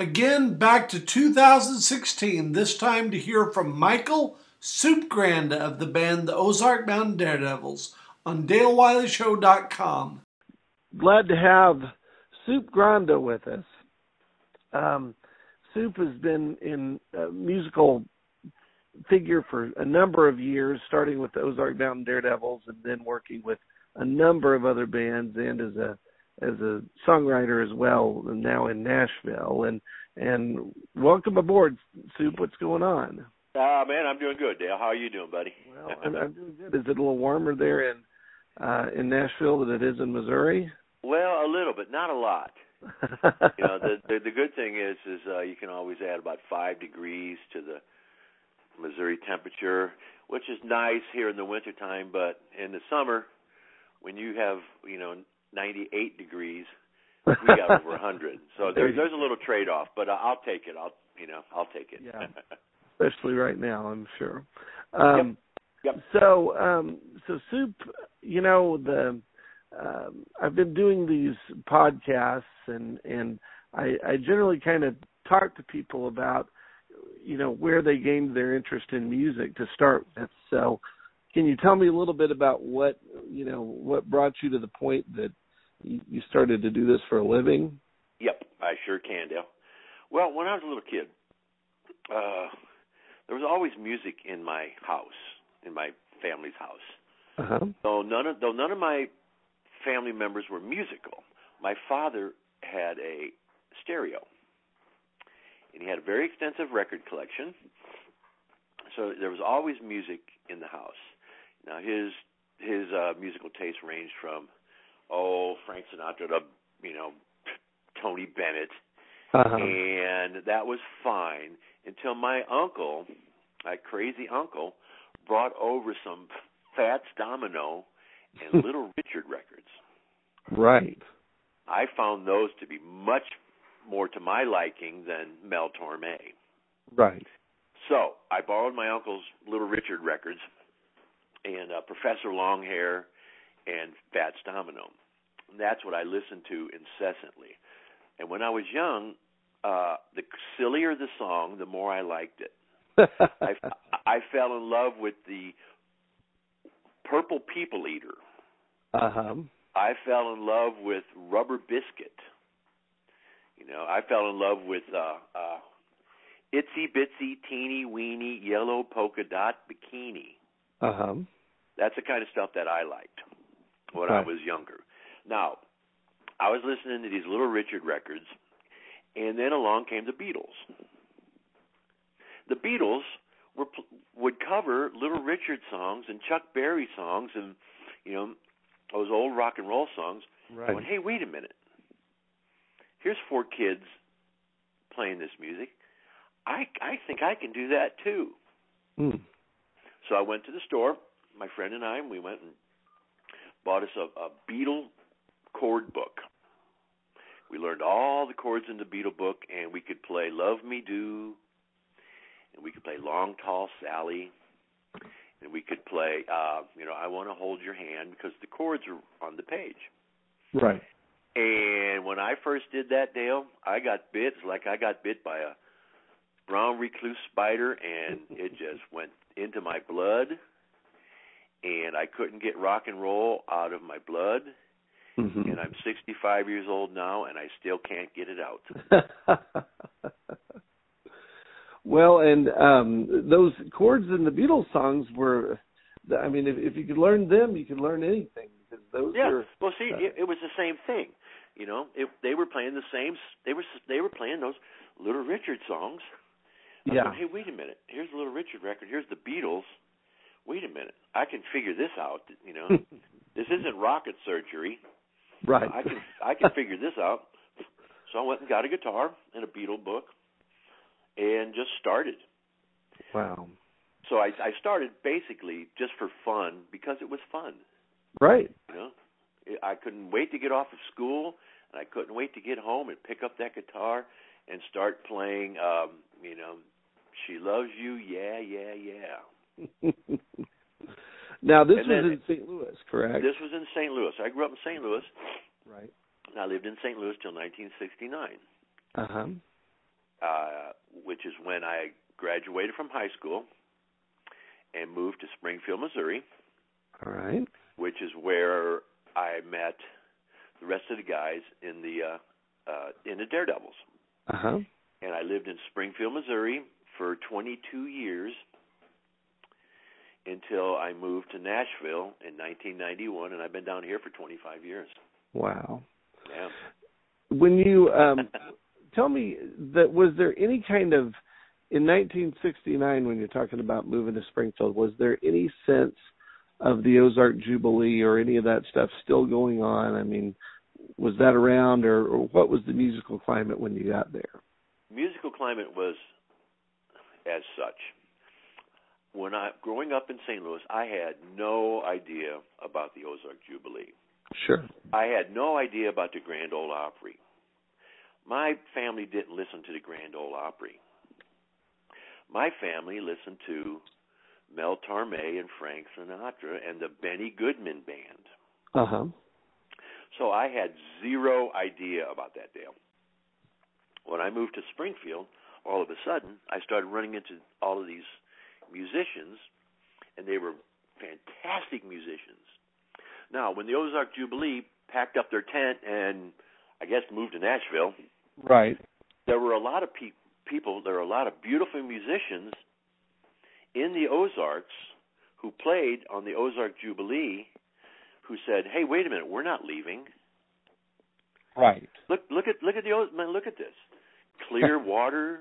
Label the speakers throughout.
Speaker 1: Again, back to 2016, this time to hear from Michael Soupgrand of the band the Ozark Mountain Daredevils on DaleWileyShow.com.
Speaker 2: Glad to have Soup Granda with us. Um, Soup has been in uh, musical figure for a number of years, starting with the Ozark Mountain Daredevils and then working with a number of other bands and as a as a songwriter as well, and now in Nashville. And and welcome aboard, Soup. What's going on?
Speaker 3: Ah, man, I'm doing good, Dale. How are you doing, buddy?
Speaker 2: Well, I'm, I'm doing good. Is it a little warmer there in uh, in Nashville than it is in Missouri?
Speaker 3: Well, a little, but not a lot. you know, the, the the good thing is is uh, you can always add about five degrees to the Missouri temperature, which is nice here in the wintertime, but in the summer, when you have, you know, 98 degrees, we got over 100. So there, there's a little trade off, but I'll take it. I'll, you know, I'll take it.
Speaker 2: Yeah. Especially right now, I'm sure. Um, yep. Yep. So, um, so soup, you know, the, um, I've been doing these podcasts and, and I, I generally kind of talk to people about you know where they gained their interest in music to start with so can you tell me a little bit about what you know what brought you to the point that you started to do this for a living
Speaker 3: yep i sure can dale well when i was a little kid uh there was always music in my house in my family's house
Speaker 2: uh-huh.
Speaker 3: though none of though none of my family members were musical my father had a stereo and he had a very extensive record collection. So there was always music in the house. Now his his uh, musical taste ranged from oh Frank Sinatra to you know Tony Bennett,
Speaker 2: uh-huh.
Speaker 3: and that was fine until my uncle, my crazy uncle, brought over some Fats Domino and Little Richard records.
Speaker 2: Right.
Speaker 3: I found those to be much more to my liking than Mel Torme.
Speaker 2: Right.
Speaker 3: So I borrowed my uncle's Little Richard records and uh, Professor Longhair and Fats Domino. And that's what I listened to incessantly. And when I was young, uh, the sillier the song, the more I liked it. I, I fell in love with the Purple People Eater.
Speaker 2: Uh huh.
Speaker 3: I fell in love with Rubber Biscuit. You know, I fell in love with uh uh itsy bitsy teeny weeny yellow polka dot bikini.
Speaker 2: Uh-huh.
Speaker 3: That's the kind of stuff that I liked when
Speaker 2: Right.
Speaker 3: I was younger. Now, I was listening to these little Richard records and then along came the Beatles. The Beatles were pl- would cover little Richard songs and Chuck Berry songs and you know those old rock and roll songs
Speaker 2: Right.
Speaker 3: going, hey, wait a minute. Here's four kids playing this music. I I think I can do that too.
Speaker 2: Mm.
Speaker 3: So I went to the store, my friend and I, and we went and bought us a, a Beatle chord book. We learned all the chords in the Beatle book, and we could play "Love Me Do," and we could play "Long Tall Sally," and we could play, uh, you know, "I Want to Hold Your Hand" because the chords are on the page.
Speaker 2: Right.
Speaker 3: And when I first did that, Dale, I got bit it's like I got bit by a brown recluse spider, and it just went into my blood. And I couldn't get rock and roll out of my blood.
Speaker 2: Mm-hmm.
Speaker 3: And I'm 65 years old now, and I still can't get it out.
Speaker 2: well, and um those chords in the Beatles songs were I mean if if you could learn them, you could learn anything because those
Speaker 3: Yeah.
Speaker 2: are
Speaker 3: Well, see, it, it was the same thing. You know, it, they were playing the same. They were they were playing those Little Richard songs. I
Speaker 2: yeah.
Speaker 3: thought, hey, wait a minute. Here's the Little Richard record. Here's the Beatles. Wait a minute. I can figure this out. You
Speaker 2: Hmm.
Speaker 3: know, this isn't rocket surgery.
Speaker 2: right.
Speaker 3: I can I can figure this out. So I went and got a guitar and a Beatle book, and just started.
Speaker 2: wow.
Speaker 3: So I I started basically just for fun because it was fun.
Speaker 2: Right.
Speaker 3: You know, It- I couldn't wait to get off of school, and I couldn't wait to get home and pick up that guitar and start playing. um, You know, she loves you. Yeah, yeah, yeah.
Speaker 2: now this was
Speaker 3: And then-
Speaker 2: in St. Louis, correct?
Speaker 3: This was in St. Louis. I grew up in St. Louis,
Speaker 2: right.
Speaker 3: and I lived in St. Louis till 1969.
Speaker 2: Uh huh.
Speaker 3: uh, which is when I graduated from high school and moved to Springfield, Missouri,
Speaker 2: All right.
Speaker 3: which is where I met the rest of the guys in the uh, uh, in the Daredevils.
Speaker 2: Uh huh.
Speaker 3: And I lived in Springfield, Missouri, for 22 years until I moved to Nashville in 1991, and I've been down here for 25 years.
Speaker 2: Wow.
Speaker 3: Yeah.
Speaker 2: When you um, tell me that was there any kind of in 1969 when you're talking about moving to Springfield was there any sense of the Ozark Jubilee or any of that stuff still going on? I mean, was that around or, or what was the musical climate when you got there?
Speaker 3: musical climate was as such. When I growing up in St. Louis, I had no idea about the Ozark Jubilee.
Speaker 2: Sure.
Speaker 3: I had no idea about the Grand Ole Opry. My family didn't listen to the Grand Ole Opry. My family listened to Mel Torme and Frank Sinatra and the Benny Goodman Band.
Speaker 2: Uh huh.
Speaker 3: So I had zero idea about that, Dale. When I moved to Springfield, all of a sudden, I started running into all of these musicians, and they were fantastic musicians. Now, when the Ozark Jubilee packed up their tent and I guess moved to Nashville,
Speaker 2: Right.
Speaker 3: there were a lot of pe- people, there were a lot of beautiful musicians in the Ozarks who played on the Ozark Jubilee who said, "Hey, wait a minute, we're not leaving.
Speaker 2: Right.
Speaker 3: Look, look at look at the old man. Look at this: clear water,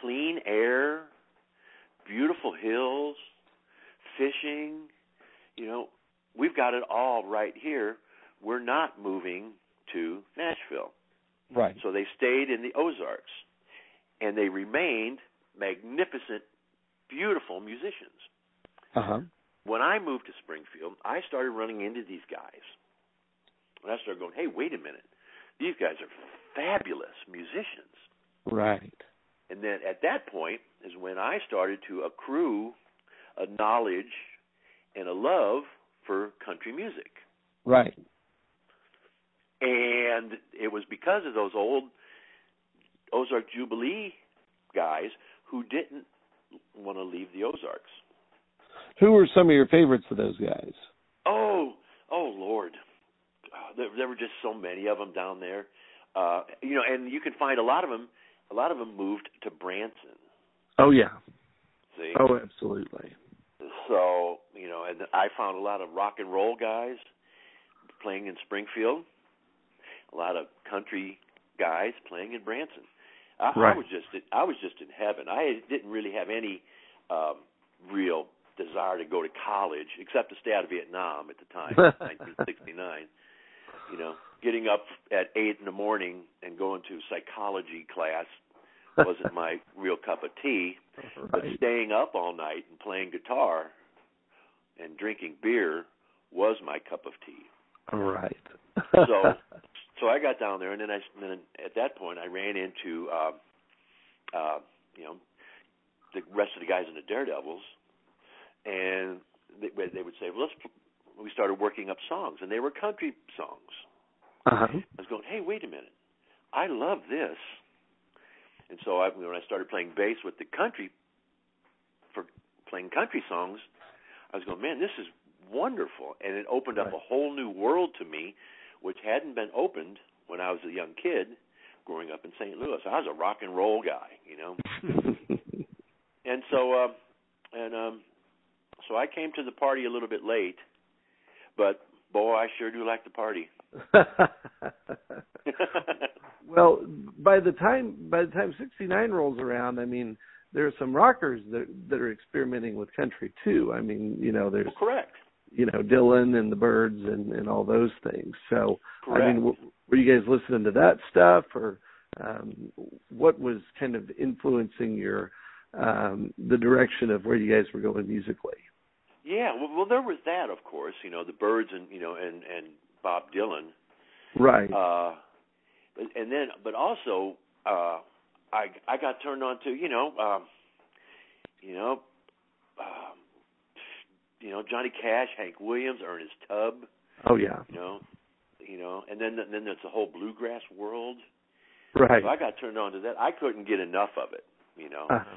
Speaker 3: clean air, beautiful hills, fishing. You know, we've got it all right here. We're not moving to Nashville.
Speaker 2: Right.
Speaker 3: So they stayed in the Ozarks, and they remained magnificent, beautiful musicians.
Speaker 2: Uh huh.
Speaker 3: When I moved to Springfield, I started running into these guys, and I started going, "Hey, wait a minute." these guys are fabulous musicians.
Speaker 2: Right.
Speaker 3: And then at that point is when I started to accrue a knowledge and a love for country music.
Speaker 2: Right.
Speaker 3: And it was because of those old Ozark Jubilee guys who didn't want to leave the Ozarks.
Speaker 2: Who were some of your favorites of those guys?
Speaker 3: Oh, oh Lord, Oh, there, there were just so many of them down there. Uh, you know, and you can find a lot of them. A lot of them moved to Branson.
Speaker 2: Oh yeah.
Speaker 3: See,
Speaker 2: Oh, absolutely.
Speaker 3: So, you know, and I found a lot of rock and roll guys playing in Springfield, a lot of country guys playing in Branson. I,
Speaker 2: Right.
Speaker 3: I was just I was just in heaven. I didn't really have any um real desire to go to college except to stay out of Vietnam at the time, 1969. You know, getting up at 8 in the morning and going to psychology class wasn't my real cup of tea but
Speaker 2: right.
Speaker 3: staying up all night and playing guitar and drinking beer was my cup of tea.
Speaker 2: Right.
Speaker 3: So- So I got down there, and then I then at that point I ran into uh, uh, you know the rest of the guys in the Daredevils, and they, they would say, well, "Let's." We started working up songs, and they were country songs.
Speaker 2: uh-huh.
Speaker 3: I was going, "Hey, wait a minute, I love this." And so I, when I started playing bass with the country, for playing country songs, I was going, "Man, this is wonderful!" And it opened up
Speaker 2: Right.
Speaker 3: a whole new world to me, which hadn't been opened when I was a young kid, growing up in St. Louis. I was a rock and roll guy, you know. And so, uh, and um, so I came to the party a little bit late, but boy, I sure do like to party.
Speaker 2: well, by the time by the time '69 rolls around, I mean there are some rockers that that are experimenting with country too. I mean, you know, there's
Speaker 3: well, correct.
Speaker 2: you know Dylan and the Birds and and all those things. So
Speaker 3: Correct.
Speaker 2: I mean, w- were you guys listening to that stuff, or um, what was kind of influencing your um, the direction of where you guys were going musically?
Speaker 3: Yeah, well, well, there was that, of course. You know, the Birds and you know, and and Bob Dylan.
Speaker 2: Right.
Speaker 3: Uh, but- and then, but also, uh, I I got turned on to you know, um, you know, um, you know Johnny Cash, Hank Williams, Ernest Tubb.
Speaker 2: oh yeah.
Speaker 3: You know, you know, and then then there's the whole bluegrass world.
Speaker 2: Right.
Speaker 3: So I got turned on to that. I couldn't get enough of it, you know.
Speaker 2: Uh-huh.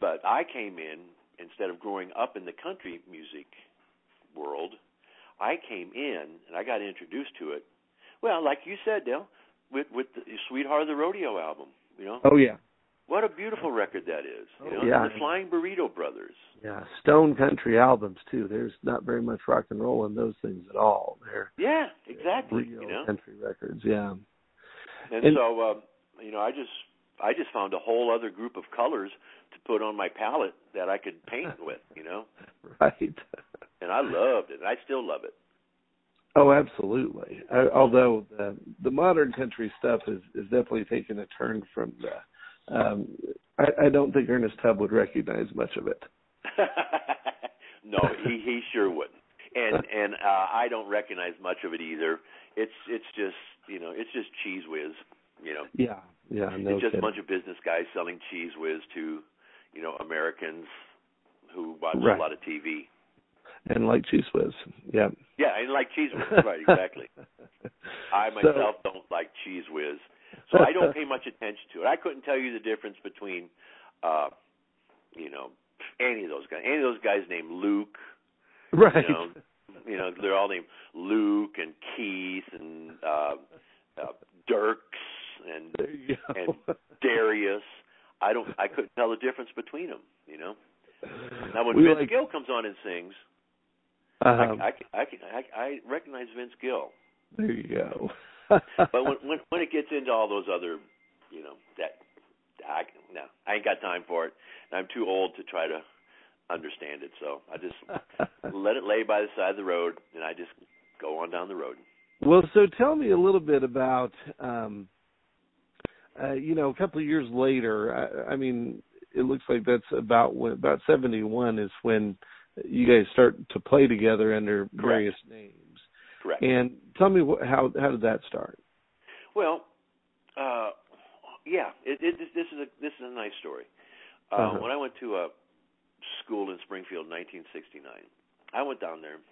Speaker 3: But I came in instead of growing up in the country music world. I came in and I got introduced to it. Well, like you said, Dale, with with the Sweetheart of the Rodeo album, you know.
Speaker 2: Oh yeah.
Speaker 3: What a beautiful record that is. You know,
Speaker 2: Oh, yeah.
Speaker 3: the Flying Burrito Brothers.
Speaker 2: Yeah. Stone country albums too. There's not very much rock and roll in those things at all. They're
Speaker 3: Yeah, exactly.
Speaker 2: real
Speaker 3: You know,
Speaker 2: country records. Yeah.
Speaker 3: and,
Speaker 2: and-
Speaker 3: so um, you know, I just I just found a whole other group of colors to put on my palette that I could paint with. You know,
Speaker 2: Right.
Speaker 3: and I loved it. and I still love it.
Speaker 2: Oh, absolutely. I, although the the modern country stuff is is definitely taking a turn from the. Um, I, I don't think Ernest Tubb would recognize much of it.
Speaker 3: no, he he sure wouldn't. And and uh, I don't recognize much of it either. It's it's just you know it's just cheese whiz. You know,
Speaker 2: Yeah. Yeah. No
Speaker 3: it's just
Speaker 2: kidding.
Speaker 3: a bunch of business guys selling cheese whiz to you know Americans who watch
Speaker 2: Right.
Speaker 3: a lot of TV.
Speaker 2: and like Cheese Whiz. Yeah.
Speaker 3: Yeah, and like cheese whiz, right? Exactly. I
Speaker 2: So-
Speaker 3: myself don't like cheese whiz, so I don't pay much attention to it. I couldn't tell you the difference between, uh, you know, any of those guys. Any of those guys named Luke.
Speaker 2: Right.
Speaker 3: You know, you know, they're all named Luke and Keith and uh, uh, Dirks and
Speaker 2: There you go.
Speaker 3: Darius. I don't. I couldn't tell the difference between them. You know. Now when
Speaker 2: we
Speaker 3: Vince
Speaker 2: like,
Speaker 3: Gill comes on and sings, I,
Speaker 2: um,
Speaker 3: I, I, can- I, I recognize Vince Gill.
Speaker 2: there you go.
Speaker 3: But when, when when it gets into all those other, you know, that I no, I ain't got time for it. And I'm too old to try to understand it, so I just let it lay by the side of the road, and I just go on down the road.
Speaker 2: well, so tell me a little bit about, um, uh, you know, a couple of years later. I, I mean, it looks like that's about when about seventy one is when you guys start to play together under various names.
Speaker 3: Correct.
Speaker 2: And tell me wh- how how did that start?
Speaker 3: Well, uh, yeah, it, it, this, this is a this is a nice story. Uh,
Speaker 2: Uh-huh.
Speaker 3: When I went to a school in Springfield, in 1969, I went down there,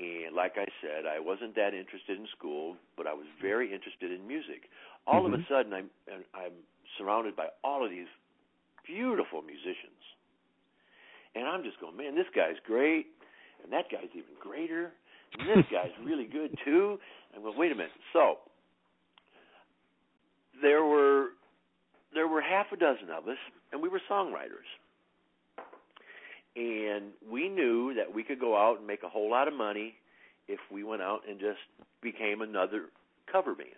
Speaker 3: and like I said, I wasn't that interested in school, but I was very interested in music. All of a
Speaker 2: Mhm.
Speaker 3: sudden, I'm and I'm surrounded by all of these beautiful musicians, and I'm just going, man, this guy's great, and that guy's even greater, and this guy's really good too. I'm going, wait a minute, so there were there were half a dozen of us, and we were songwriters. And we knew that we could go out and make a whole lot of money if we went out and just became another cover band,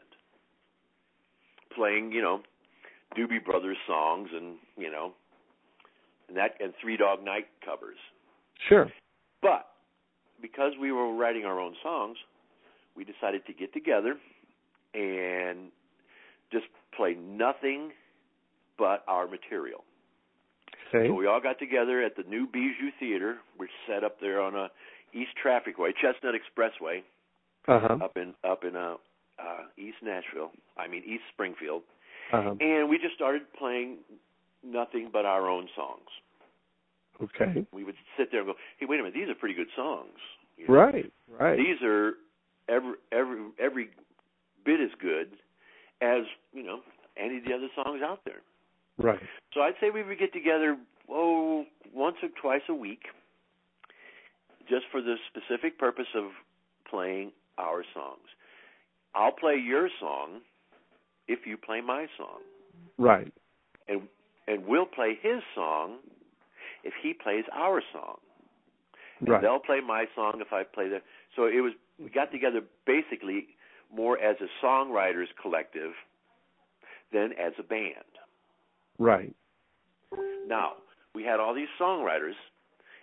Speaker 3: playing you know Doobie Brothers songs and you know and that and Three Dog Night covers.
Speaker 2: Sure.
Speaker 3: But because we were writing our own songs, we decided to get together and just play nothing but our material.
Speaker 2: Okay.
Speaker 3: So we all got together at the new Bijou Theater, which set up there on a East Traffic Way, Chestnut Expressway,
Speaker 2: Uh huh.
Speaker 3: up in up in uh, uh East Nashville. I mean East Springfield.
Speaker 2: Uh-huh.
Speaker 3: And we just started playing nothing but our own songs.
Speaker 2: Okay.
Speaker 3: We would sit there and go, "Hey, wait a minute, these are pretty good songs." You know?
Speaker 2: Right. Right.
Speaker 3: these are every every every bit as good as you know any of the other songs out there.
Speaker 2: Right.
Speaker 3: So I'd say we would get together oh once or twice a week, just for the specific purpose of playing our songs. I'll play your song if you play my song,
Speaker 2: Right.
Speaker 3: and and we'll play his song if he plays our song. And
Speaker 2: Right.
Speaker 3: They'll play my song if I play their. So it was we got together basically more as a songwriters collective than as a band.
Speaker 2: Right.
Speaker 3: Now we had all these songwriters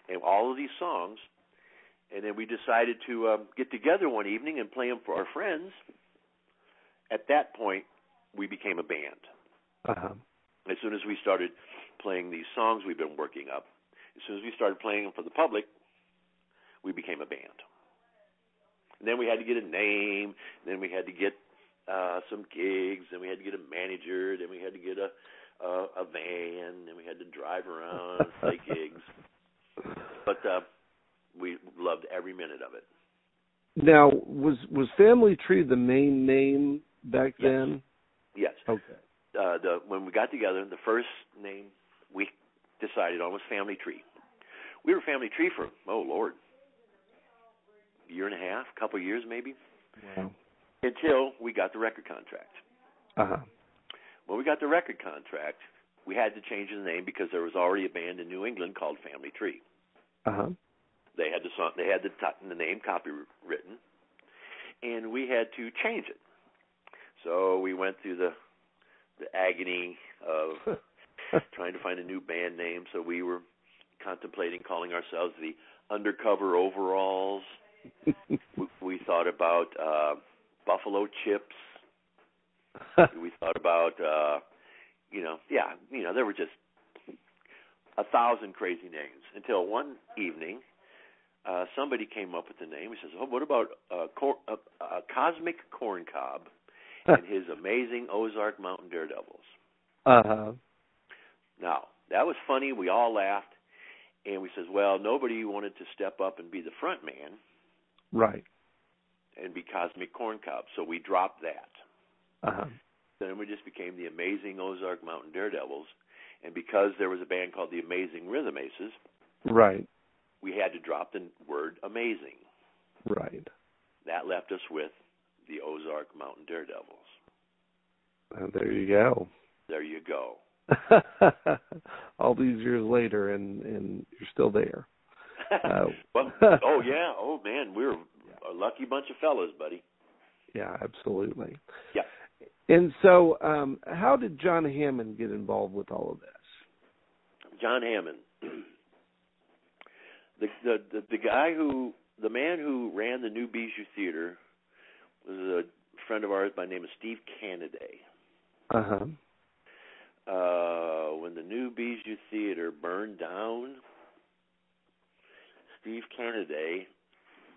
Speaker 3: and all of these songs, and then we decided to um, get together one evening and play them for our friends. At that point, we became a band.
Speaker 2: Uh-huh.
Speaker 3: As soon as we started playing these songs we've been working up, as soon as we started playing them for the public, we became a band. And then we had to get a name, then we had to get uh some gigs, then we had to get a manager, then we had to get a a, a van, then we had to drive around and play gigs. But uh we loved every minute of it.
Speaker 2: Now, was was Family Tree the main name back then?
Speaker 3: Yes.
Speaker 2: Okay.
Speaker 3: uh, the when we got together, the first name we decided on was Family Tree. We were Family Tree for oh lord, a year and a half, couple of years maybe,
Speaker 2: Wow.
Speaker 3: until we got the record contract.
Speaker 2: Uh-huh.
Speaker 3: When we got the record contract, we had to change the name because there was already a band in New England called Family Tree.
Speaker 2: Uh-huh.
Speaker 3: They had the song, they had the, t- the name copywritten, and we had to change it. So we went through the the agony of trying to find a new band name. So we were contemplating calling ourselves the Undercover Overalls. we, we thought about uh, Buffalo Chips. We thought about uh, you know, yeah, you know, there were just a thousand crazy names until one evening uh, somebody came up with the name. He says, "Oh, what about uh, cor- uh, uh, Cosmic Corn Cob and his amazing Ozark Mountain Daredevils?"
Speaker 2: uh-huh.
Speaker 3: Now that was funny. We all laughed, and we says, "Well, nobody wanted to step up and be the front man
Speaker 2: Right.
Speaker 3: and be Cosmic Corn Cob, so we dropped that.
Speaker 2: Uh-huh.
Speaker 3: Then we just became the Amazing Ozark Mountain Daredevils, and because there was a band called the Amazing Rhythm Aces,
Speaker 2: Right.
Speaker 3: we had to drop the word amazing.
Speaker 2: Right.
Speaker 3: That left us with the Ozark Mountain Daredevils.
Speaker 2: Uh, there you go.
Speaker 3: There you go.
Speaker 2: All these years later and and you're still there. Uh,
Speaker 3: well, oh yeah, oh man, we were a lucky bunch of fellas, buddy.
Speaker 2: Yeah, absolutely.
Speaker 3: Yeah.
Speaker 2: And so um how did John Hammond get involved with all of this?
Speaker 3: John Hammond, the, the the the guy who the man who ran the New Bijou Theater was a friend of ours by the name of Steve Canaday.
Speaker 2: Uh-huh.
Speaker 3: Uh, when the New Bijou Theater burned down, Steve Canaday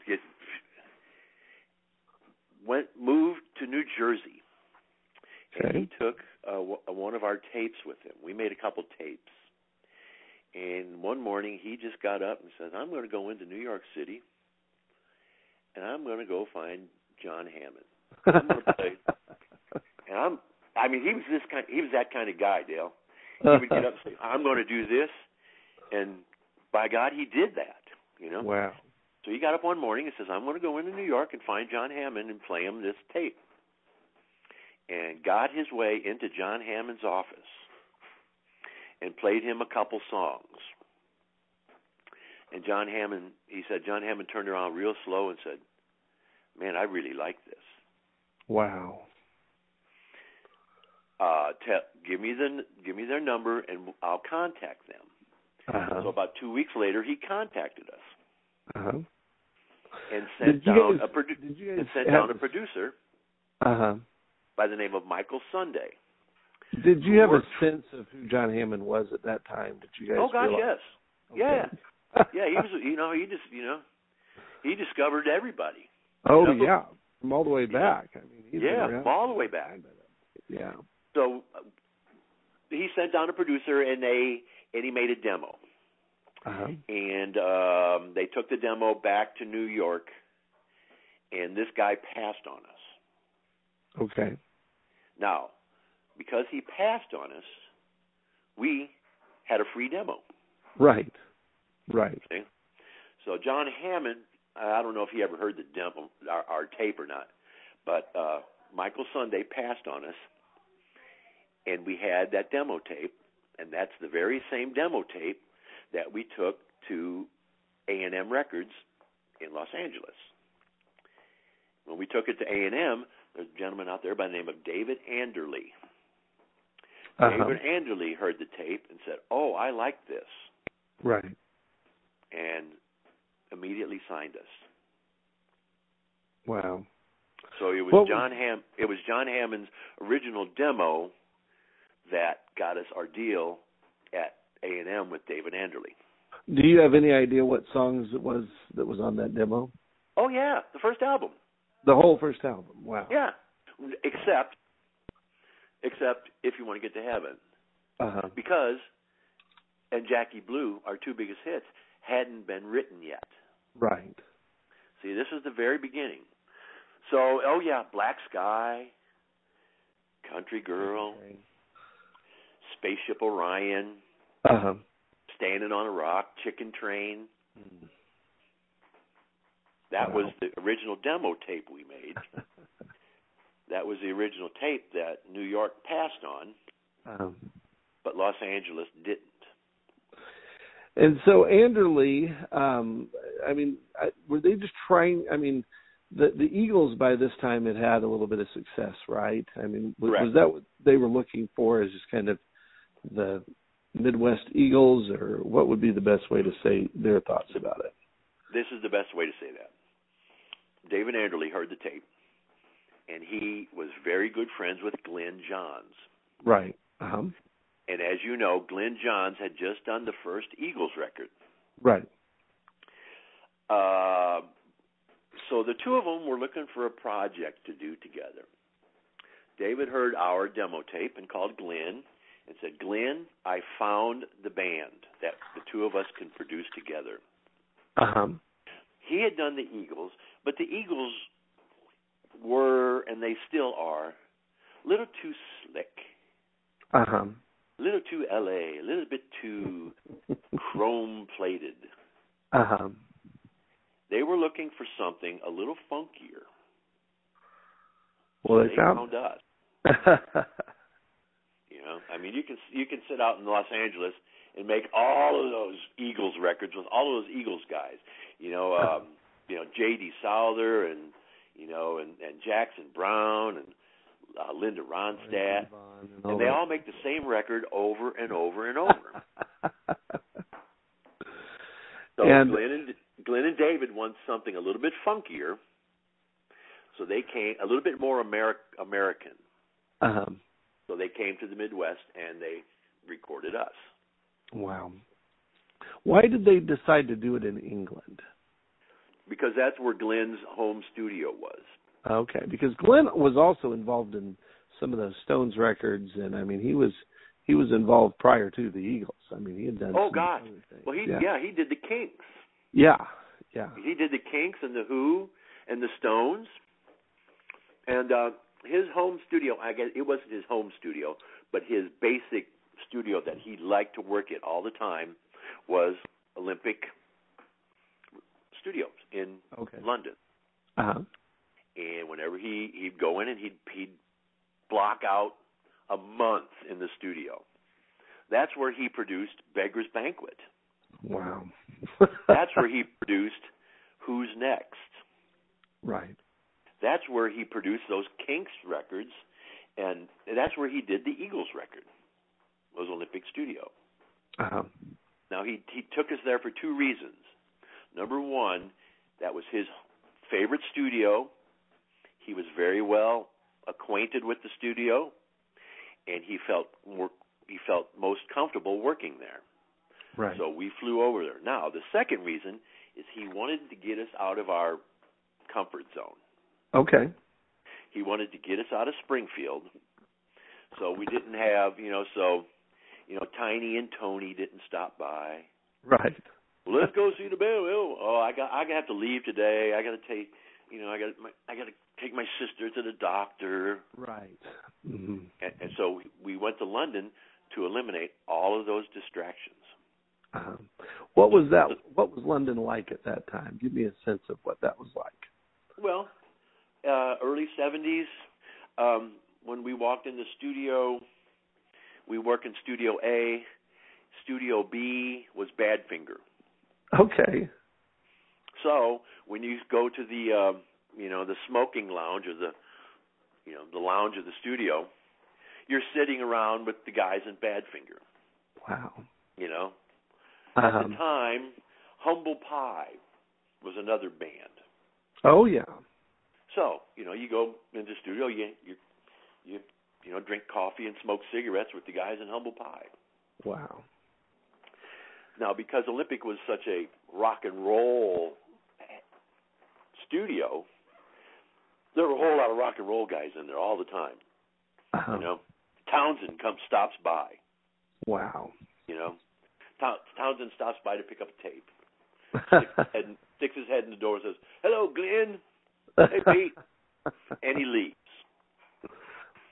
Speaker 3: get, went moved to New Jersey. and he
Speaker 2: Okay.
Speaker 3: took uh, w- one of our tapes with him. We made a couple tapes, and one morning he just got up and says, "I'm going to go into New York City, and I'm going to go find John Hammond." I'm gonna play. And I'm, I mean, he was this kind, he was that kind of guy, Dale. He would get up and say, "I'm going to do this," and by God, he did that. You know.
Speaker 2: Wow.
Speaker 3: So he got up one morning and says, I'm going to go into New York and find John Hammond and play him this tape. And got his way into John Hammond's office and played him a couple songs. And John Hammond, he said, John Hammond turned around real slow and said, Man, I really like this.
Speaker 2: Wow.
Speaker 3: Uh, te- give me the give me their number and I'll contact them. So
Speaker 2: Uh-huh.
Speaker 3: about two weeks later, he contacted us
Speaker 2: Uh-huh.
Speaker 3: and sent
Speaker 2: Did you
Speaker 3: down
Speaker 2: guys-
Speaker 3: a produ-
Speaker 2: did you guys
Speaker 3: and sent
Speaker 2: have
Speaker 3: down a
Speaker 2: a-
Speaker 3: producer
Speaker 2: Uh-huh.
Speaker 3: by the name of Michael Sunday.
Speaker 2: Did you have a
Speaker 3: Worked.
Speaker 2: sense of who John Hammond was at that time? Did you guys
Speaker 3: Oh gosh,
Speaker 2: realize?
Speaker 3: yes, yeah, yeah. He was, you know, he just, you know, he discovered everybody.
Speaker 2: Oh
Speaker 3: You know?
Speaker 2: yeah, from all the way
Speaker 3: Yeah.
Speaker 2: back. I mean, he's been
Speaker 3: Yeah,
Speaker 2: around
Speaker 3: from all the way
Speaker 2: for a
Speaker 3: back.
Speaker 2: time, but, Yeah.
Speaker 3: So uh, he sent down a producer, and they and he made a demo,
Speaker 2: Uh-huh.
Speaker 3: and um, they took the demo back to New York, and this guy passed on us.
Speaker 2: Okay.
Speaker 3: Now, because he passed on us, we had a free demo.
Speaker 2: Right. Right.
Speaker 3: So John Hammond, I don't know if he ever heard the demo, our, our tape or not, but uh, Michael Sunday passed on us, and we had that demo tape, and that's the very same demo tape that we took to A and M Records in Los Angeles. When we took it to A and M, there's a gentleman out there by the name of David Anderley.
Speaker 2: Uh-huh.
Speaker 3: David Anderley heard the tape and said, "Oh, I like this,"
Speaker 2: Right.
Speaker 3: and immediately signed us.
Speaker 2: Wow.
Speaker 3: So it was
Speaker 2: What was-
Speaker 3: John Ham. It was John Hammond's original demo that got us our deal at A and M with David Anderley.
Speaker 2: Do you have any idea what songs it was that was on that demo?
Speaker 3: Oh yeah, the first album.
Speaker 2: The whole first album. Wow.
Speaker 3: Yeah, except except if you want to get to heaven,
Speaker 2: Uh-huh.
Speaker 3: because and Jackie Blue, our two biggest hits, hadn't been written yet.
Speaker 2: Right.
Speaker 3: See, this was the very beginning. So oh yeah, Black Sky, Country Girl, Spaceship Orion,
Speaker 2: Uh-huh.
Speaker 3: Standing on a Rock, Chicken Train.
Speaker 2: Hmm.
Speaker 3: That
Speaker 2: Wow.
Speaker 3: was the original demo tape we made. that was the original tape that New York passed on,
Speaker 2: Um,
Speaker 3: but Los Angeles didn't.
Speaker 2: and so Anderley, um, I mean, I, were they just trying? I mean, the the Eagles by this time had had a little bit of success, right? I mean, was,
Speaker 3: Correct.
Speaker 2: was that what they were looking for? Is just kind of the Midwest Eagles, or what would be the best way to say their thoughts about it?
Speaker 3: This is the best way to say that. David Anderley heard the tape, and he was very good friends with Glenn Johns.
Speaker 2: Right. Uh-huh.
Speaker 3: And as you know, Glenn Johns had just done the first Eagles record.
Speaker 2: Right.
Speaker 3: Uh, so the two of them were looking for a project to do together. David heard our demo tape and called Glenn and said, "Glenn, I found the band that the two of us can produce together."
Speaker 2: Uh
Speaker 3: Uh-huh.
Speaker 2: huh.
Speaker 3: He had done the Eagles, but the Eagles were and they still are a little too slick,
Speaker 2: Uh huh.
Speaker 3: Uh-huh. a little too LA, a little bit too chrome plated.
Speaker 2: Uh
Speaker 3: Uh-huh.
Speaker 2: huh.
Speaker 3: They were looking for something a little funkier.
Speaker 2: Well,
Speaker 3: they found us.
Speaker 2: uh
Speaker 3: You know, I mean, you can you can sit out in Los Angeles and make all of those Eagles records with all of those Eagles guys. You know, um, you know J.D. Souther and you know and and Jackson Brown and uh, Linda Ronstadt, and they all make the same record over and over and over. So
Speaker 2: And-
Speaker 3: Glenn and Glenn and David want something a little bit funkier, so they came a little bit more Ameri- American. Uh-huh.
Speaker 2: um,
Speaker 3: So they came to the Midwest and they recorded us.
Speaker 2: wow. Why did they decide to do it in England?
Speaker 3: because that's where Glenn's home studio was.
Speaker 2: Okay, because Glenn was also involved in some of those Stones records, and I mean he was he was involved prior to the Eagles. I mean he had done.
Speaker 3: Oh,
Speaker 2: some
Speaker 3: God.
Speaker 2: other things.
Speaker 3: Well, he
Speaker 2: yeah.
Speaker 3: yeah. he did the Kinks.
Speaker 2: yeah, yeah,
Speaker 3: He did the Kinks and the Who and the Stones. And uh his home studio, I guess it wasn't his home studio, but his basic studio that he liked to work at all the time was Olympic Studios in
Speaker 2: Okay.
Speaker 3: London.
Speaker 2: Uh huh.
Speaker 3: And whenever he he'd go in and he'd he'd block out a month in the studio. That's where he produced Beggar's Banquet.
Speaker 2: Wow.
Speaker 3: That's where he produced Who's Next.
Speaker 2: right.
Speaker 3: That's where he produced those Kinks records, and that's where he did the Eagles record. Was Olympic Studio.
Speaker 2: Uh huh.
Speaker 3: Now he he took us there for two reasons. Number one, that was his favorite studio. He was very well acquainted with the studio, and he felt more he felt most comfortable working there.
Speaker 2: Right.
Speaker 3: So we flew over there. Now, the second reason is he wanted to get us out of our comfort zone.
Speaker 2: okay.
Speaker 3: He wanted to get us out of Springfield. So we didn't have, you know, so, you know, Tiny and Tony didn't stop by.
Speaker 2: Right.
Speaker 3: Well, let's go see the band. Well, oh, I got, I gotta have to leave today. I got to take, you know, I got, my, I got to take my sister to the doctor.
Speaker 2: Right. hmm
Speaker 3: And, and so we went to London to eliminate all of those distractions.
Speaker 2: Um, what was that? What was London like at that time? Give me a sense of what that was like.
Speaker 3: Well, uh, early seventies. Um, when we walked in the studio, we work in Studio A. Studio B was Badfinger.
Speaker 2: Okay.
Speaker 3: So when you go to the um, you know the smoking lounge or the you know the lounge of the studio, you're sitting around with the guys in Badfinger.
Speaker 2: Wow.
Speaker 3: You know at the
Speaker 2: Um,
Speaker 3: time, Humble Pie was another band.
Speaker 2: oh yeah.
Speaker 3: So, you know, you go into the studio, you you you you know, drink coffee and smoke cigarettes with the guys in Humble Pie.
Speaker 2: Wow.
Speaker 3: Now, because Olympic was such a rock and roll studio, there were a whole lot of rock and roll guys in there all the time.
Speaker 2: Uh-huh.
Speaker 3: You know, Townsend comes stops by.
Speaker 2: Wow.
Speaker 3: You know, Tow- Townsend stops by to pick up a tape. and sticks his head in the door and says, "Hello, Glenn," hey, Pete. and he leaves.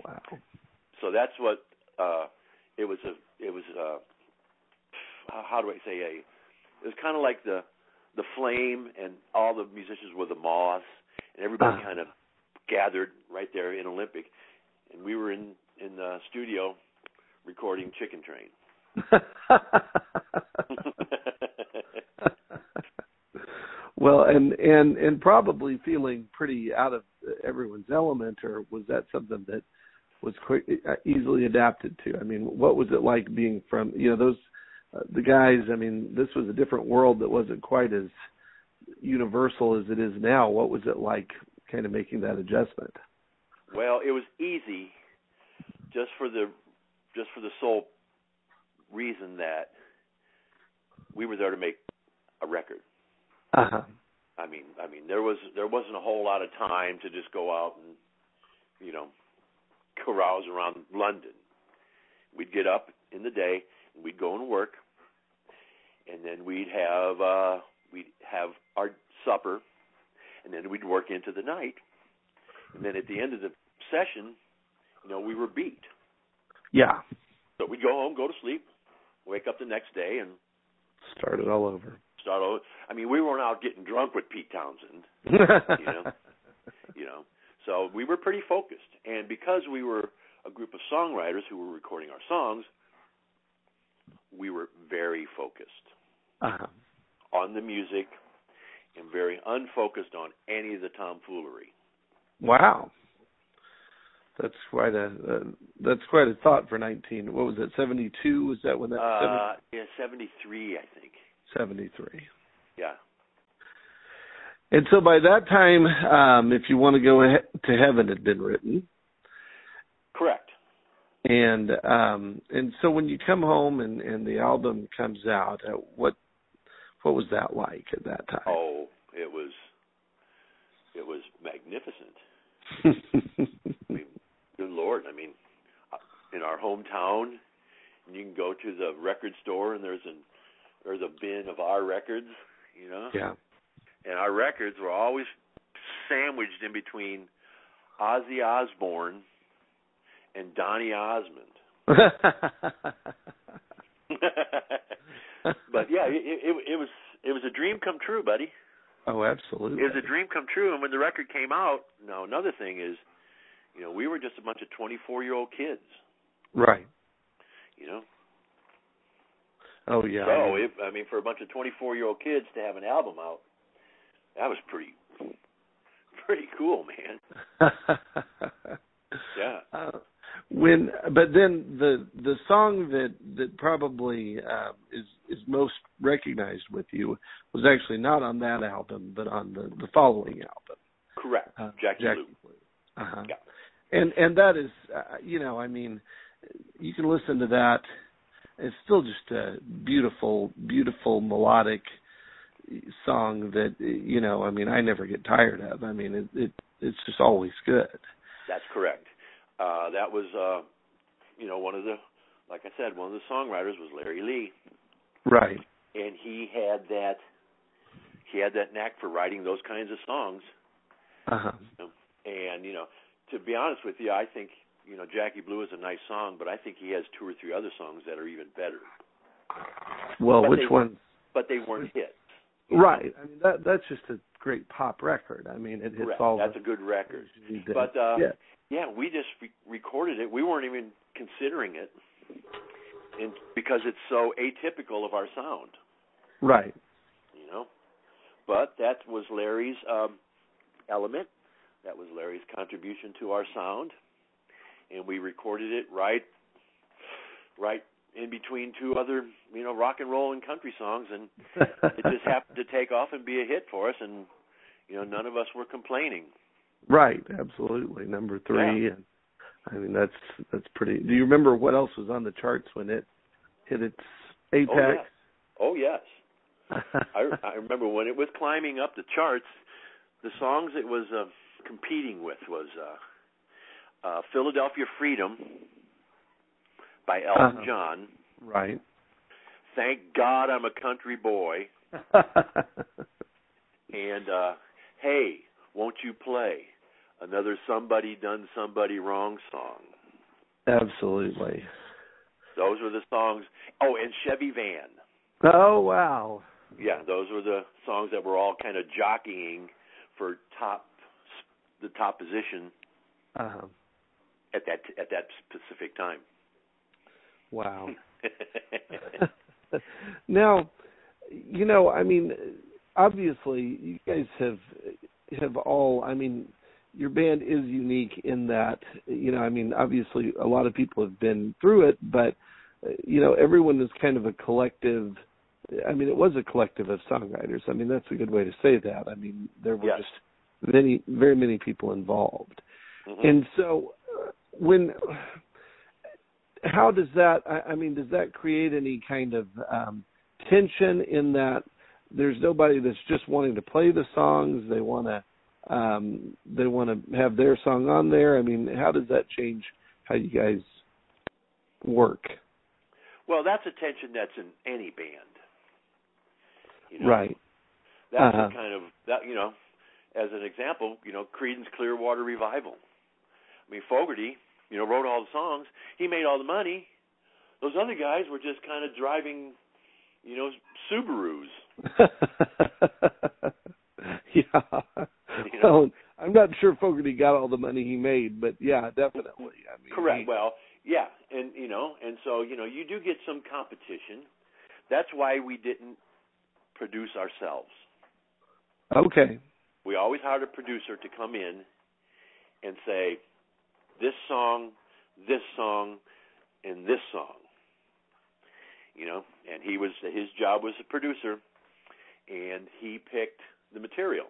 Speaker 2: Wow.
Speaker 3: So that's what uh it was a it was a how do I say a it was kind of like the the flame and all the musicians were the moths and everybody kind of gathered right there in Olympic and we were in in the studio recording Chicken Train.
Speaker 2: well, and and and probably feeling pretty out of everyone's element, or was that something that was quick, easily adapted to? I mean, what was it like being from you know those uh, the guys? I mean, this was a different world that wasn't quite as universal as it is now. What was it like, kind of making that adjustment?
Speaker 3: Well, it was easy, just for the just for the sole reason that we were there to make a record.
Speaker 2: Uh-huh.
Speaker 3: I mean, I mean, there was there wasn't a whole lot of time to just go out and you know carouse around London. We'd get up in the day and we'd go and work, and then we'd have uh, we'd have our supper, and then we'd work into the night, and then at the end of the session, you know, we were beat.
Speaker 2: Yeah.
Speaker 3: So we'd go home, go to sleep, wake up the next day, and
Speaker 2: start it all over.
Speaker 3: Start all. I mean, we weren't out getting drunk with Pete Townsend. you know, you know. So we were pretty focused, and because we were a group of songwriters who were recording our songs, we were very focused
Speaker 2: uh-huh.
Speaker 3: on the music, and very unfocused on any of the tomfoolery.
Speaker 2: Wow that's quite a uh, that's quite a thought for 19. What was it? 72 was that when that?
Speaker 3: Uh, 70? yeah, 73, I think.
Speaker 2: 73.
Speaker 3: Yeah.
Speaker 2: And so by that time, um, if you want to go to heaven, had been written.
Speaker 3: Correct.
Speaker 2: And um, and so when you come home and and the album comes out, uh, what what was that like at that time?
Speaker 3: Oh, it was it was magnificent. I mean, good lord i mean uh, in our hometown you can go to the record store and there's an there's a bin of our records you know
Speaker 2: yeah
Speaker 3: and our records were always sandwiched in between ozzy osbourne and donny osmond but yeah it, it it was it was a dream come true buddy
Speaker 2: oh absolutely
Speaker 3: it was a dream come true and when the record came out now another thing is you know, we were just a bunch of 24 year old kids.
Speaker 2: Right.
Speaker 3: You know?
Speaker 2: Oh, yeah.
Speaker 3: So, it, I mean, for a bunch of 24 year old kids to have an album out, that was pretty, pretty cool, man. yeah.
Speaker 2: Uh, when but then the the song that that probably uh, is is most recognized with you was actually not on that album but on the the following album
Speaker 3: correct uh, Jack
Speaker 2: Jackie,
Speaker 3: Blue.
Speaker 2: Blue. Uh-huh.
Speaker 3: Yeah.
Speaker 2: And and that is, uh, you know, I mean, you can listen to that. It's still just a beautiful, beautiful melodic song that you know. I mean, I never get tired of. I mean, it, it it's just always good.
Speaker 3: That's correct. Uh, that was, uh, you know, one of the, like I said, one of the songwriters was Larry Lee.
Speaker 2: Right.
Speaker 3: And he had that, he had that knack for writing those kinds of songs.
Speaker 2: Uh huh.
Speaker 3: You know? And you know, to be honest with you, I think you know Jackie Blue is a nice song, but I think he has two or three other songs that are even better.
Speaker 2: Well,
Speaker 3: but
Speaker 2: which
Speaker 3: they,
Speaker 2: one?
Speaker 3: But they weren't hits.
Speaker 2: Right. I mean, that that's just a great pop record. I mean, it hits
Speaker 3: Correct.
Speaker 2: all.
Speaker 3: That's
Speaker 2: the,
Speaker 3: a good record.
Speaker 2: you did.
Speaker 3: But uh,
Speaker 2: yeah.
Speaker 3: yeah, we just re- recorded it. We weren't even considering it, and because it's so atypical of our sound,
Speaker 2: Right.
Speaker 3: you know. But that was Larry's um, element. That was Larry's contribution to our sound, and we recorded it right, right in between two other, you know, rock and roll and country songs, and it just happened to take off and be a hit for us. And you know, none of us were complaining.
Speaker 2: Right. Absolutely. Number three.
Speaker 3: Yeah.
Speaker 2: And, I mean, that's that's pretty. Do you remember what else was on the charts when it hit its
Speaker 3: Oh,
Speaker 2: apex?
Speaker 3: yes. Oh yes, I, I remember when it was climbing up the charts. The songs it was uh, competing with was uh, uh, "Philadelphia Freedom" by Elton
Speaker 2: Uh-huh.
Speaker 3: John.
Speaker 2: right.
Speaker 3: Thank God I'm a Country Boy, and uh, Hey, Won't You Play? Another Somebody Done Somebody Wrong song.
Speaker 2: Absolutely.
Speaker 3: Those were the songs. Oh, and Chevy Van.
Speaker 2: Oh wow.
Speaker 3: Yeah, those were the songs that were all kind of jockeying for top the top position
Speaker 2: Uh-huh.
Speaker 3: at that at that specific time.
Speaker 2: Wow. now, you know, I mean, obviously, you guys have have all. I mean, your band is unique in that, you know, I mean, obviously, a lot of people have been through it, but uh, you know, everyone is kind of a collective. I mean, it was a collective of songwriters. I mean, that's a good way to say that. I mean, there were
Speaker 3: Yes.
Speaker 2: just many, very many people involved.
Speaker 3: Mhm.
Speaker 2: And so, uh, when how does that? I, I mean, does that create any kind of um, tension in that there's nobody that's just wanting to play the songs? They want to um, they want to have their song on there. I mean, how does that change how you guys work?
Speaker 3: well, that's a tension that's in any band. You know,
Speaker 2: Right.
Speaker 3: That's
Speaker 2: Uh-huh.
Speaker 3: the kind of that you know. As an example, you know, Creedence Clearwater Revival. I mean, Fogerty, you know, wrote all the songs. He made all the money. Those other guys were just kind of driving, you know, Subarus.
Speaker 2: yeah. Well, I'm not sure Fogerty got all the money he made, but yeah, definitely. I mean,
Speaker 3: Correct. Well, yeah, and you know, and so you know, you do get some competition. That's why we didn't produce ourselves.
Speaker 2: Okay.
Speaker 3: We always hired a producer to come in and say, "This song, this song, and this song." You know, and he was his job was a producer, and he picked the material.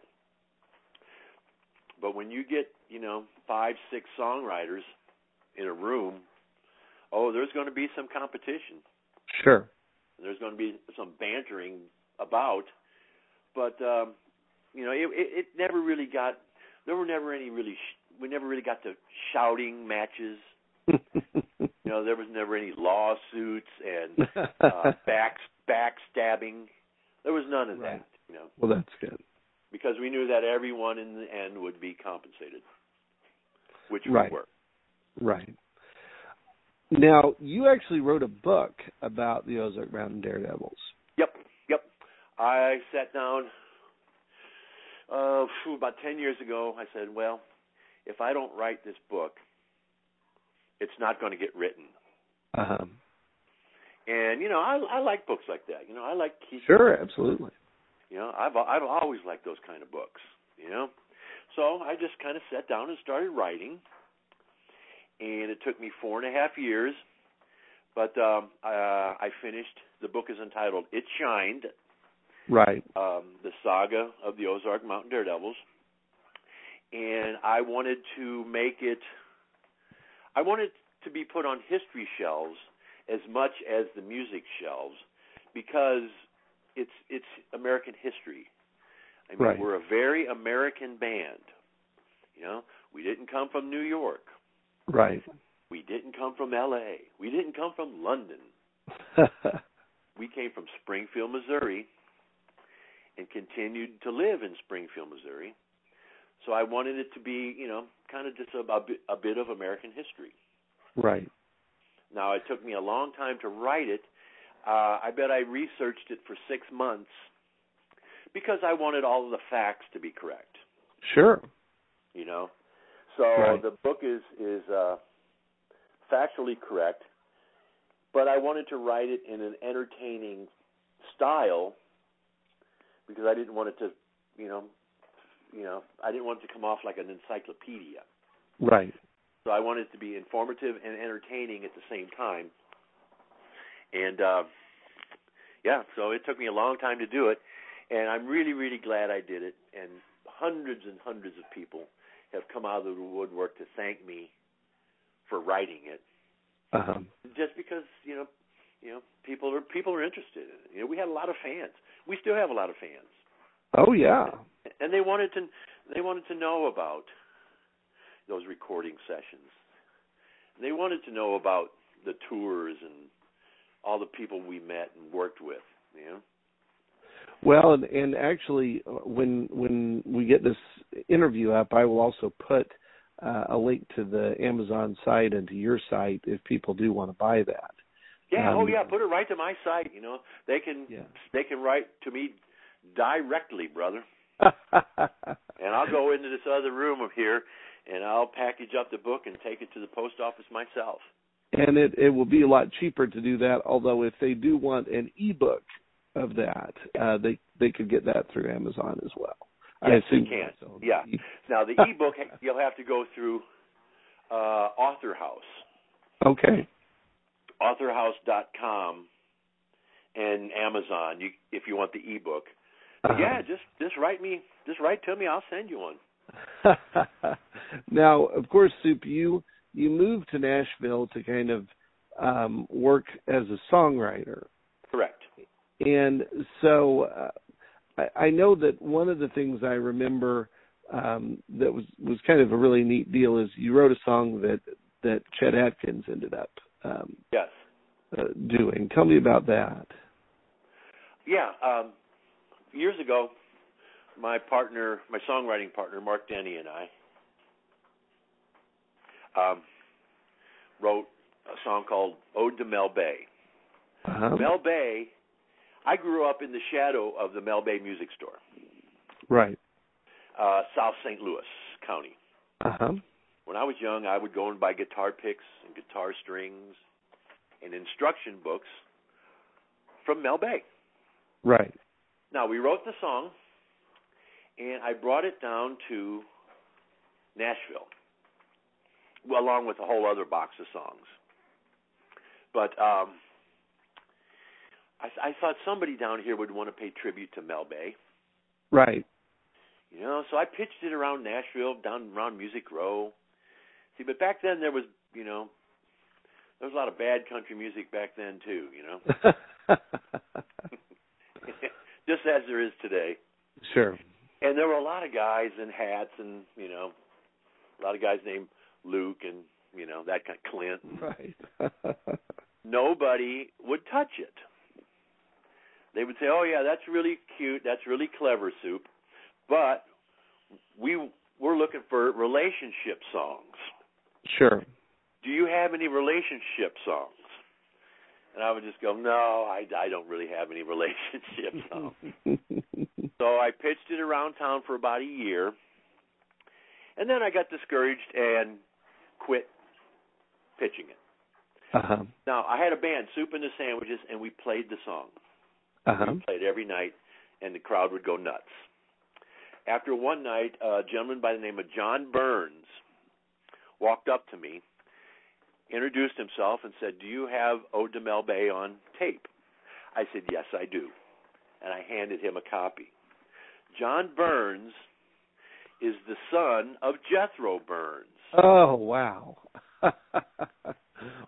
Speaker 3: But when you get you know five, six songwriters in a room, oh, there's going to be some competition
Speaker 2: Sure.
Speaker 3: there's going to be some bantering about, but um, you know, it, it, it never really got. There were never any really. Sh- we never really got to shouting matches. You know, there was never any lawsuits and uh, back backstabbing. There was none of
Speaker 2: Right.
Speaker 3: that. You know,
Speaker 2: well, that's good.
Speaker 3: because we knew that everyone in the end would be compensated, which
Speaker 2: Right.
Speaker 3: we were.
Speaker 2: Right. Now, you actually wrote a book about the Ozark Mountain Daredevils.
Speaker 3: Yep, yep. I sat down uh phew, about 10 years ago. I said, "Well, if I don't write this book, it's not going to get written."
Speaker 2: Uh-huh.
Speaker 3: And you know, I I like books like that. You know, I like keep
Speaker 2: Sure, absolutely.
Speaker 3: you know, I've I've always liked those kind of books, you know. So I just kind of sat down and started writing, and it took me four and a half years, but um, uh, I finished. The book is entitled "It Shined:
Speaker 2: Right.
Speaker 3: um, the saga of the Ozark Mountain Daredevils, and I wanted to make it. I wanted to be put on history shelves as much as the music shelves because it's it's American history. I mean,
Speaker 2: Right.
Speaker 3: we're a very American band. You know, we didn't come from New York.
Speaker 2: Right.
Speaker 3: We didn't come from L.A. We didn't come from London we came from Springfield, Missouri, and continued to live in Springfield, Missouri. So I wanted it to be, you know, kind of just a, a bit- a bit of American history.
Speaker 2: right.
Speaker 3: Now it took me a long time to write it. Uh, I bet I researched it for six months because I wanted all of the facts to be correct.
Speaker 2: Sure.
Speaker 3: You know, so
Speaker 2: Right.
Speaker 3: the book is is uh, factually correct, but I wanted to write it in an entertaining style because I didn't want it to, you know, you know, I didn't want it to come off like an encyclopedia.
Speaker 2: Right.
Speaker 3: So I wanted it to be informative and entertaining at the same time. And uh, yeah, so it took me a long time to do it, and I'm really, really glad I did it. And hundreds and hundreds of people have come out of the woodwork to thank me for writing it,
Speaker 2: Uh-huh.
Speaker 3: just because you know, you know, people are people are interested in it. You know, we had a lot of fans. We still have a lot of fans
Speaker 2: Oh, yeah.
Speaker 3: and they wanted to they wanted to know about those recording sessions. They wanted to know about the tours and all the people we met and worked with. You know,
Speaker 2: Well, and, and actually, uh, when when we get this interview up, I will also put uh, a link to the Amazon site and to your site if people do want to buy that.
Speaker 3: Yeah, um, oh yeah, put it right to my site. You know, they can yeah. they can write to me directly, brother. and I'll go into this other room of here, and I'll package up the book and take it to the post office myself.
Speaker 2: And it it will be a lot cheaper to do that. Although if they do want an ebook of that, uh, they they could get that through Amazon as well.
Speaker 3: Yes, I assume they can. So yeah. E- now the ebook you'll have to go through uh, Author House.
Speaker 2: Okay.
Speaker 3: Authorhouse.com and Amazon. You, if you want the ebook. Uh-huh. Yeah, just just write me, just write to me. I'll send you one.
Speaker 2: now, of course, Soup, you you moved to Nashville to kind of um, work as a songwriter.
Speaker 3: Correct.
Speaker 2: And so uh, I, I know that one of the things I remember um, that was was kind of a really neat deal is you wrote a song that that Chet Atkins ended up um,
Speaker 3: yes
Speaker 2: uh, doing. Tell me about that.
Speaker 3: Yeah, um, years ago, my partner, my songwriting partner, Mark Denny, and I um, wrote a song called "Ode to Mel Bay."
Speaker 2: Uh-huh.
Speaker 3: Mel Bay. I grew up in the shadow of the Mel Bay Music Store.
Speaker 2: Right.
Speaker 3: Uh, South St. Louis County.
Speaker 2: Uh huh.
Speaker 3: When I was young, I would go and buy guitar picks and guitar strings and instruction books from Mel Bay.
Speaker 2: Right.
Speaker 3: Now we wrote the song, and I brought it down to Nashville, well, along with a whole other box of songs. But um, I, I thought somebody down here would want to pay tribute to Mel Bay.
Speaker 2: Right.
Speaker 3: You know, so I pitched it around Nashville, down around Music Row. See, but back then there was, you know, there was a lot of bad country music back then too. You know. just as there is today.
Speaker 2: Sure.
Speaker 3: And there were a lot of guys in hats, and you know, a lot of guys named Luke, and you know that kind of Clint.
Speaker 2: Right.
Speaker 3: Nobody would touch it. They would say, "Oh yeah, that's really cute. That's really clever, soup," but we we're looking for relationship songs.
Speaker 2: Sure.
Speaker 3: Do you have any relationship songs? and I would just go, "No, I, I don't really have any
Speaker 2: Mm-hmm.
Speaker 3: relationships." No. so I pitched it around town for about a year, and then I got discouraged and quit pitching it.
Speaker 2: Uh-huh.
Speaker 3: Now I had a band, Soup and the Sandwiches, and we played the song.
Speaker 2: Uh-huh.
Speaker 3: We played every night, and the crowd would go nuts. After one night, a gentleman by the name of John Burns walked up to me introduced himself and said, "Do you have Ode to Mel Bay on tape?" I said, "Yes, I do," and I handed him a copy. John Burns is the son of Jethro Burns.
Speaker 2: Oh wow!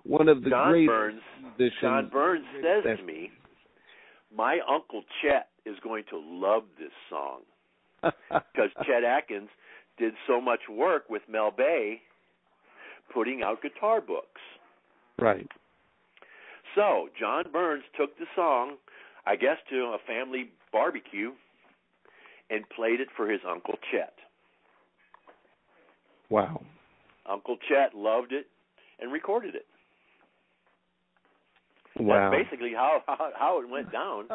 Speaker 2: One of the
Speaker 3: John
Speaker 2: great
Speaker 3: Burns.
Speaker 2: Musicians.
Speaker 3: John Burns says to me, "My uncle Chet is going to love this song because Chet Atkins did so much work with Mel Bay." putting out guitar books.
Speaker 2: Right.
Speaker 3: So John Burns took the song, I guess, to a family barbecue and played it for his Uncle Chet.
Speaker 2: Wow.
Speaker 3: Uncle Chet loved it and recorded it.
Speaker 2: Wow.
Speaker 3: That's basically how, how, how it went down.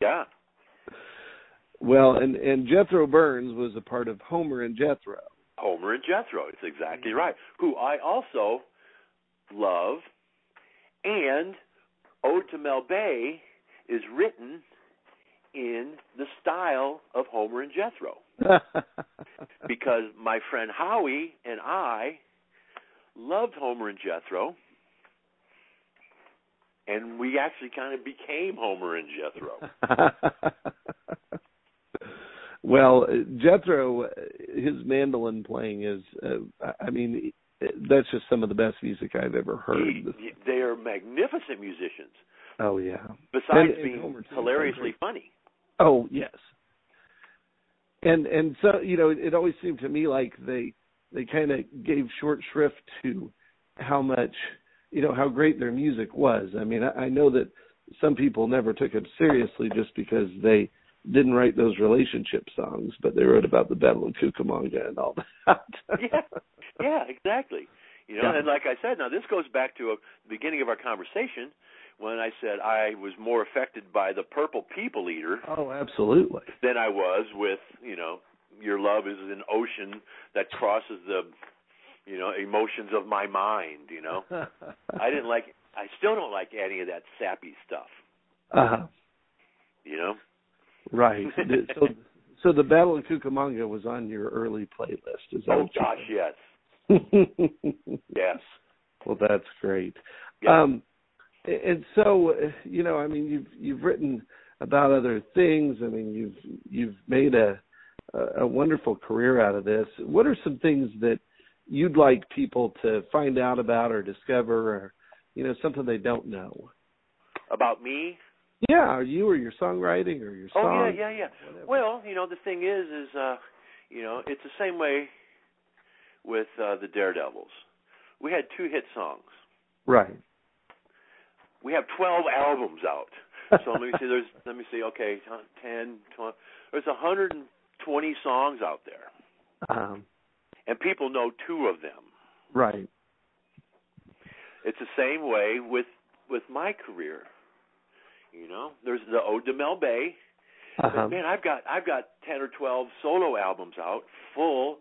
Speaker 3: yeah.
Speaker 2: Well, and and Jethro Burns was a part of Homer and Jethro.
Speaker 3: Homer and Jethro. It's exactly right. Who I also love. And Ode to Mel Bay is written in the style of Homer and Jethro. because my friend Howie and I loved Homer and Jethro. And we actually kind of became Homer and Jethro.
Speaker 2: Well, Jethro, his mandolin playing is, uh, I mean, that's just some of the best music I've ever heard.
Speaker 3: He, they are magnificent musicians.
Speaker 2: Oh, yeah.
Speaker 3: Besides and, being and hilariously funny.
Speaker 2: Oh, yes. And and so you know, it, it always seemed to me like they they kind of gave short shrift to how much you know how great their music was. I mean, I, I know that some people never took it seriously just because they didn't write those relationship songs, but they wrote about the Battle of Cucamonga and all
Speaker 3: that. yeah, yeah, exactly. You know, yeah. and like I said, now this goes back to a, the beginning of our conversation when I said I was more affected by the purple people eater.
Speaker 2: Oh, absolutely.
Speaker 3: Than I was with you know your love is an ocean that crosses the you know emotions of my mind. You know, I didn't like. I still don't like any of that sappy stuff.
Speaker 2: Uh huh.
Speaker 3: You know.
Speaker 2: Right. so, so the Battle of Cucamonga was on your early playlist. Is that
Speaker 3: oh gosh, yes. yes.
Speaker 2: Well, that's great. Yeah. Um, and so you know i mean you've you've written about other things i mean you've you've made a a wonderful career out of this what are some things that you'd like people to find out about or discover or you know something they don't know
Speaker 3: about me
Speaker 2: yeah or you or your songwriting or your song
Speaker 3: oh yeah yeah yeah whatever. well you know the thing is is uh you know it's the same way with uh the daredevils we had two hit songs
Speaker 2: right
Speaker 3: we have 12 albums out. So let me see. There's let me see. Okay, 10, 20. There's 120 songs out there,
Speaker 2: um,
Speaker 3: and people know two of them.
Speaker 2: Right.
Speaker 3: It's the same way with with my career. You know, there's the Ode to Mel Bay. Uh-huh. Man, I've got I've got 10 or 12 solo albums out, full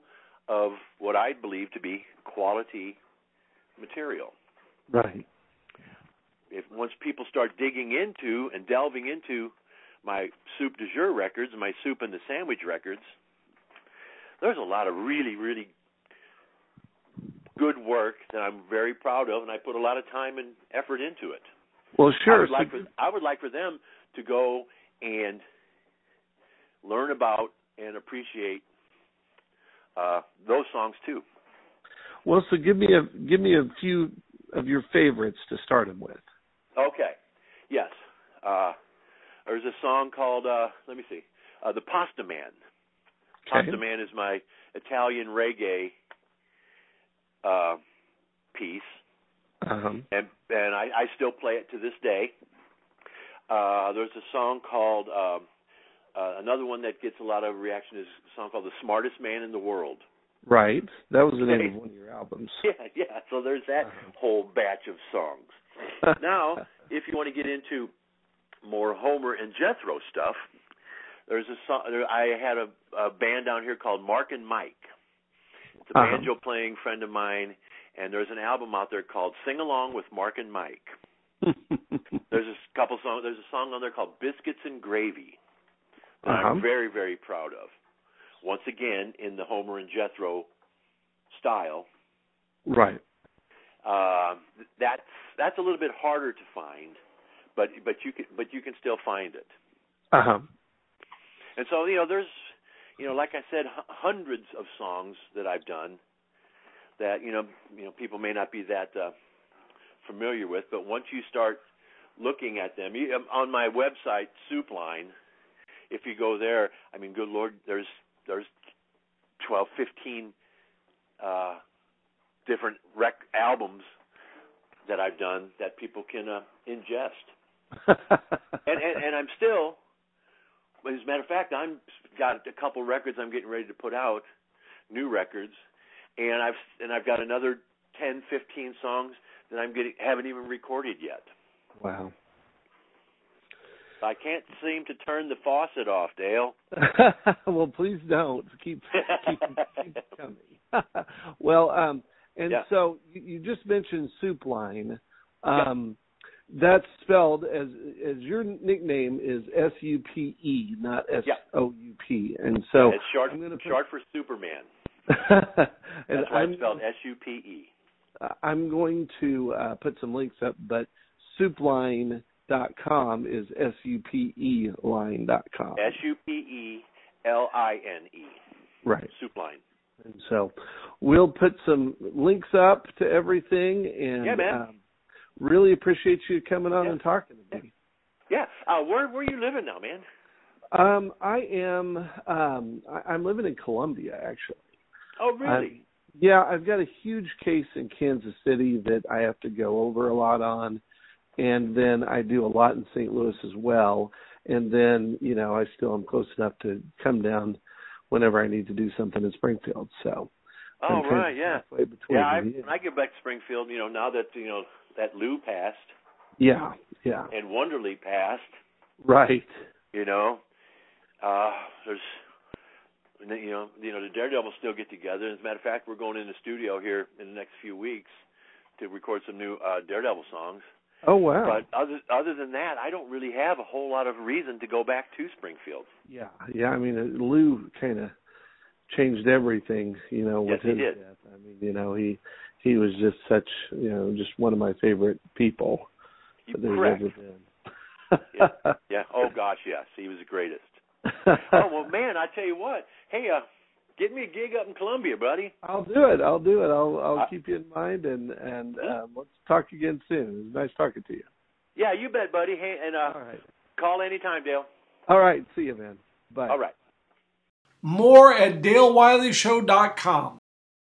Speaker 3: of what I believe to be quality material.
Speaker 2: Right
Speaker 3: if once people start digging into and delving into my soup de jour records, my soup and the sandwich records, there's a lot of really, really good work that I'm very proud of, and I put a lot of time and effort into it.
Speaker 2: Well, sure.
Speaker 3: I would like for, I would like for them to go and learn about and appreciate uh, those songs too.
Speaker 2: Well, so give me a give me a few of your favorites to start them with.
Speaker 3: Okay. Yes. Uh, there's a song called uh, let me see, uh, the Pasta Man. Okay. Pasta Man is my Italian reggae uh, piece,
Speaker 2: uh-huh.
Speaker 3: and and I, I still play it to this day. Uh, there's a song called um, uh, another one that gets a lot of reaction is a song called "The Smartest Man in the World."
Speaker 2: Right, that was the name of one of your albums.
Speaker 3: Yeah, yeah. So there's that uh-huh. whole batch of songs. now, if you want to get into more Homer and Jethro stuff, there's a song. There, I had a, a band down here called Mark and Mike. It's a banjo uh-huh. playing friend of mine, and there's an album out there called Sing Along with Mark and Mike. there's a couple songs. There's a song on there called Biscuits and Gravy that uh-huh. I'm very, very proud of. Once again, in the Homer and Jethro style.
Speaker 2: Right.
Speaker 3: Uh, that's that's a little bit harder to find, but but you can but you can still find it.
Speaker 2: Uh huh.
Speaker 3: And so you know, there's you know, like I said, h- hundreds of songs that I've done that you know you know people may not be that uh, familiar with, but once you start looking at them, you, um, on my website Soupline, if you go there, I mean, good lord, there's there's 12, 15 uh, different rec albums that I've done that people can uh, ingest. and, and and I'm still, as a matter of fact, I'm got a couple records I'm getting ready to put out, new records, and I've and I've got another 10, 15 songs that I'm getting haven't even recorded yet.
Speaker 2: Wow.
Speaker 3: I can't seem to turn the faucet off, Dale.
Speaker 2: well, please don't. Keep, keep, keep coming. well, um, and
Speaker 3: yeah.
Speaker 2: so you, you just mentioned Soup Line. Um, yeah. That's spelled as as your nickname is S U P E, not S O U P. And so
Speaker 3: it's short,
Speaker 2: I'm put,
Speaker 3: short for Superman. that's why
Speaker 2: I'm,
Speaker 3: it's spelled S U P E.
Speaker 2: I'm going to uh, put some links up, but Soup Line dot com is S U P E line dot com.
Speaker 3: S U P E L I N E.
Speaker 2: Right.
Speaker 3: Soup line.
Speaker 2: And so we'll put some links up to everything and
Speaker 3: yeah, man. Um,
Speaker 2: really appreciate you coming on
Speaker 3: yeah.
Speaker 2: and talking to me.
Speaker 3: Yeah. Uh where where are you living now, man?
Speaker 2: Um I am um I, I'm living in Columbia actually.
Speaker 3: Oh really?
Speaker 2: I'm, yeah, I've got a huge case in Kansas City that I have to go over a lot on and then I do a lot in St. Louis as well. And then you know I still am close enough to come down whenever I need to do something in Springfield. So
Speaker 3: Oh
Speaker 2: I'm
Speaker 3: right, yeah.
Speaker 2: Halfway between.
Speaker 3: Yeah, I,
Speaker 2: them,
Speaker 3: when I get back to Springfield, you know, now that you know that Lou passed
Speaker 2: yeah, yeah,
Speaker 3: and Wonderly passed,
Speaker 2: right.
Speaker 3: you know, uh, there's you know you know the Daredevils still get together. As a matter of fact, we're going in the studio here in the next few weeks to record some new uh, Daredevil songs.
Speaker 2: Oh wow.
Speaker 3: But other other than that, I don't really have a whole lot of reason to go back to Springfield.
Speaker 2: yeah, yeah. I mean, uh, Lou kind of changed everything. You know,
Speaker 3: Yes,
Speaker 2: with
Speaker 3: he
Speaker 2: his
Speaker 3: did.
Speaker 2: death. I mean, you know, he he was just such you know just one of my favorite people
Speaker 3: You
Speaker 2: that there's
Speaker 3: correct?
Speaker 2: ever been.
Speaker 3: Yeah. Oh gosh, yes, he was the greatest. oh well, man, I tell you what. Hey, uh, get me a gig up in Columbia, buddy.
Speaker 2: I'll do it. I'll do it. I'll I'll
Speaker 3: I- Mm-hmm.
Speaker 2: keep you in mind and and um, let's talk again soon. It was nice talking to you.
Speaker 3: Yeah, you bet, buddy. Hey, and uh,
Speaker 2: All right.
Speaker 3: call anytime, Dale.
Speaker 2: All right. See you, man. Bye.
Speaker 3: All right.
Speaker 1: More at dalewileyshow.com.